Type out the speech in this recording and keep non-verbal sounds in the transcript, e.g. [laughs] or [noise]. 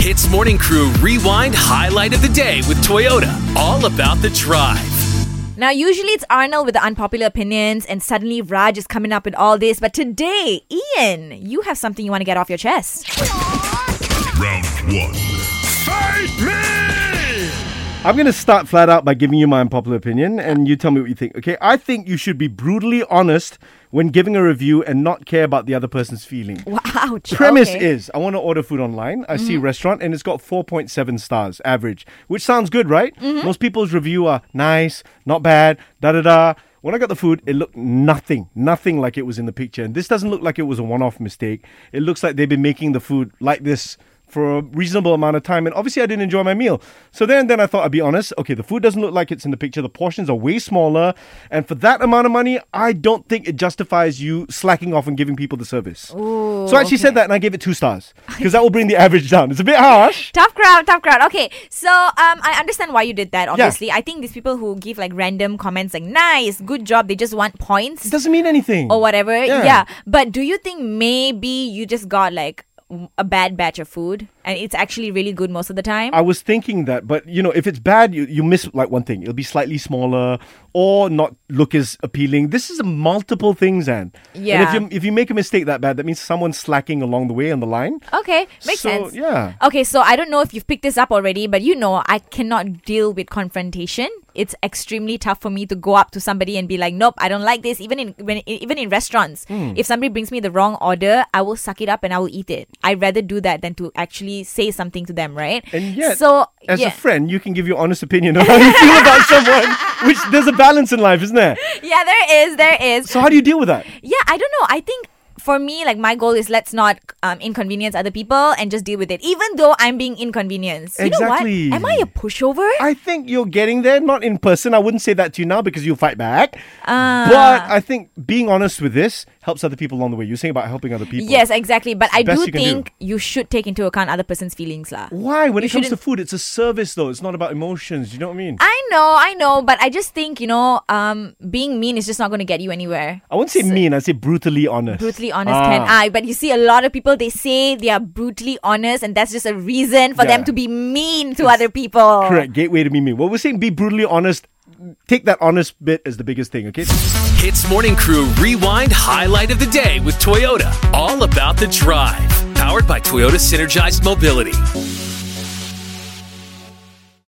Hits Morning Crew Rewind Highlight of the Day with Toyota. All about the drive. Now, usually it's Arnold with the unpopular opinions, and suddenly Raj is coming up with all this. But today, Ian, you have something you want to get off your chest. [laughs] Round one. Fight me! I'm going to start flat out by giving you my unpopular opinion, and you tell me what you think, okay? I think you should be brutally honest when giving a review and not care about the other person's feeling. Wow. Premise is I want to order food online. I see restaurant and it's got 4.7 stars average, which sounds good, right? Most people's review are nice, not bad, da da da. When I got the food, it looked nothing, nothing like it was in the picture. And this doesn't look like it was a one off mistake. It looks like they've been making the food like this for a reasonable amount of time. And obviously, I didn't enjoy my meal. So then, then I thought I'd be honest. Okay, the food doesn't look like it's in the picture. The portions are way smaller. And for that amount of money, I don't think it justifies you slacking off and giving people the service. so I actually said that and I gave it two stars because that will bring the average down. It's a bit harsh. Tough crowd, tough crowd. Okay, so um, I understand why you did that. Obviously, I think these people who give like random comments, like "nice," "good job," they just want points It doesn't mean anything. or whatever. Yeah. But do you think maybe you just got like w- a bad batch of food, and it's actually really good most of the time? I was thinking that, but you know, if it's bad, you, you miss like one thing. It'll be slightly smaller or not look as appealing. This is multiple things, Anne. Yeah. And if you if you make a mistake that bad, that means someone's slacking along the way on the line. Okay, makes So, sense. yeah. Okay, so I don't know if you've picked this up already, but you know, I cannot deal with confrontation. It's extremely tough for me to go up to somebody and be like, "Nope, I don't like this." Even in when e, even in restaurants, Hmm. if somebody brings me the wrong order, I will suck it up and I will eat it. I'd rather do that than to actually say something to them, right? And yet, so as yeah, a friend, you can give your honest opinion on how you feel about [laughs] someone, which there's a balance in life, isn't there? yeah, there is, there is. So, how do you deal with that? Yeah, I don't know. I think for me, like my goal is let's not um, inconvenience other people and just deal with it, even though I'm being inconvenienced. You Exactly. know what? Am I a pushover? I think you're getting there, not in person. I wouldn't say that to you now because you'll fight back. Ah. but I think being honest with this helps other people along the way. You're saying about helping other people. Yes, exactly. But I Best do you can do. think you should take into account other person's feelings, lah. Why? When You it comes to shouldn't- Ah, food, it's a service though. It's not about emotions. You know what I mean? I, I know, I know, but I just think you know, um, being mean is just not going to get you anywhere. wouldn't say mean. I would say brutally honest. Ah, Brutally honest, Ah. can I? But you see, a lot of people they say they are brutally honest, and that's just a reason for them Yeah. to be mean to other people. Correct. Gateway to be mean. What we're saying, be brutally honest. Take that honest bit as the biggest thing. Okay. Hits Morning Crew Rewind Highlight of the Day with Toyota. All about the drive. Powered by Toyota Synergized Mobility.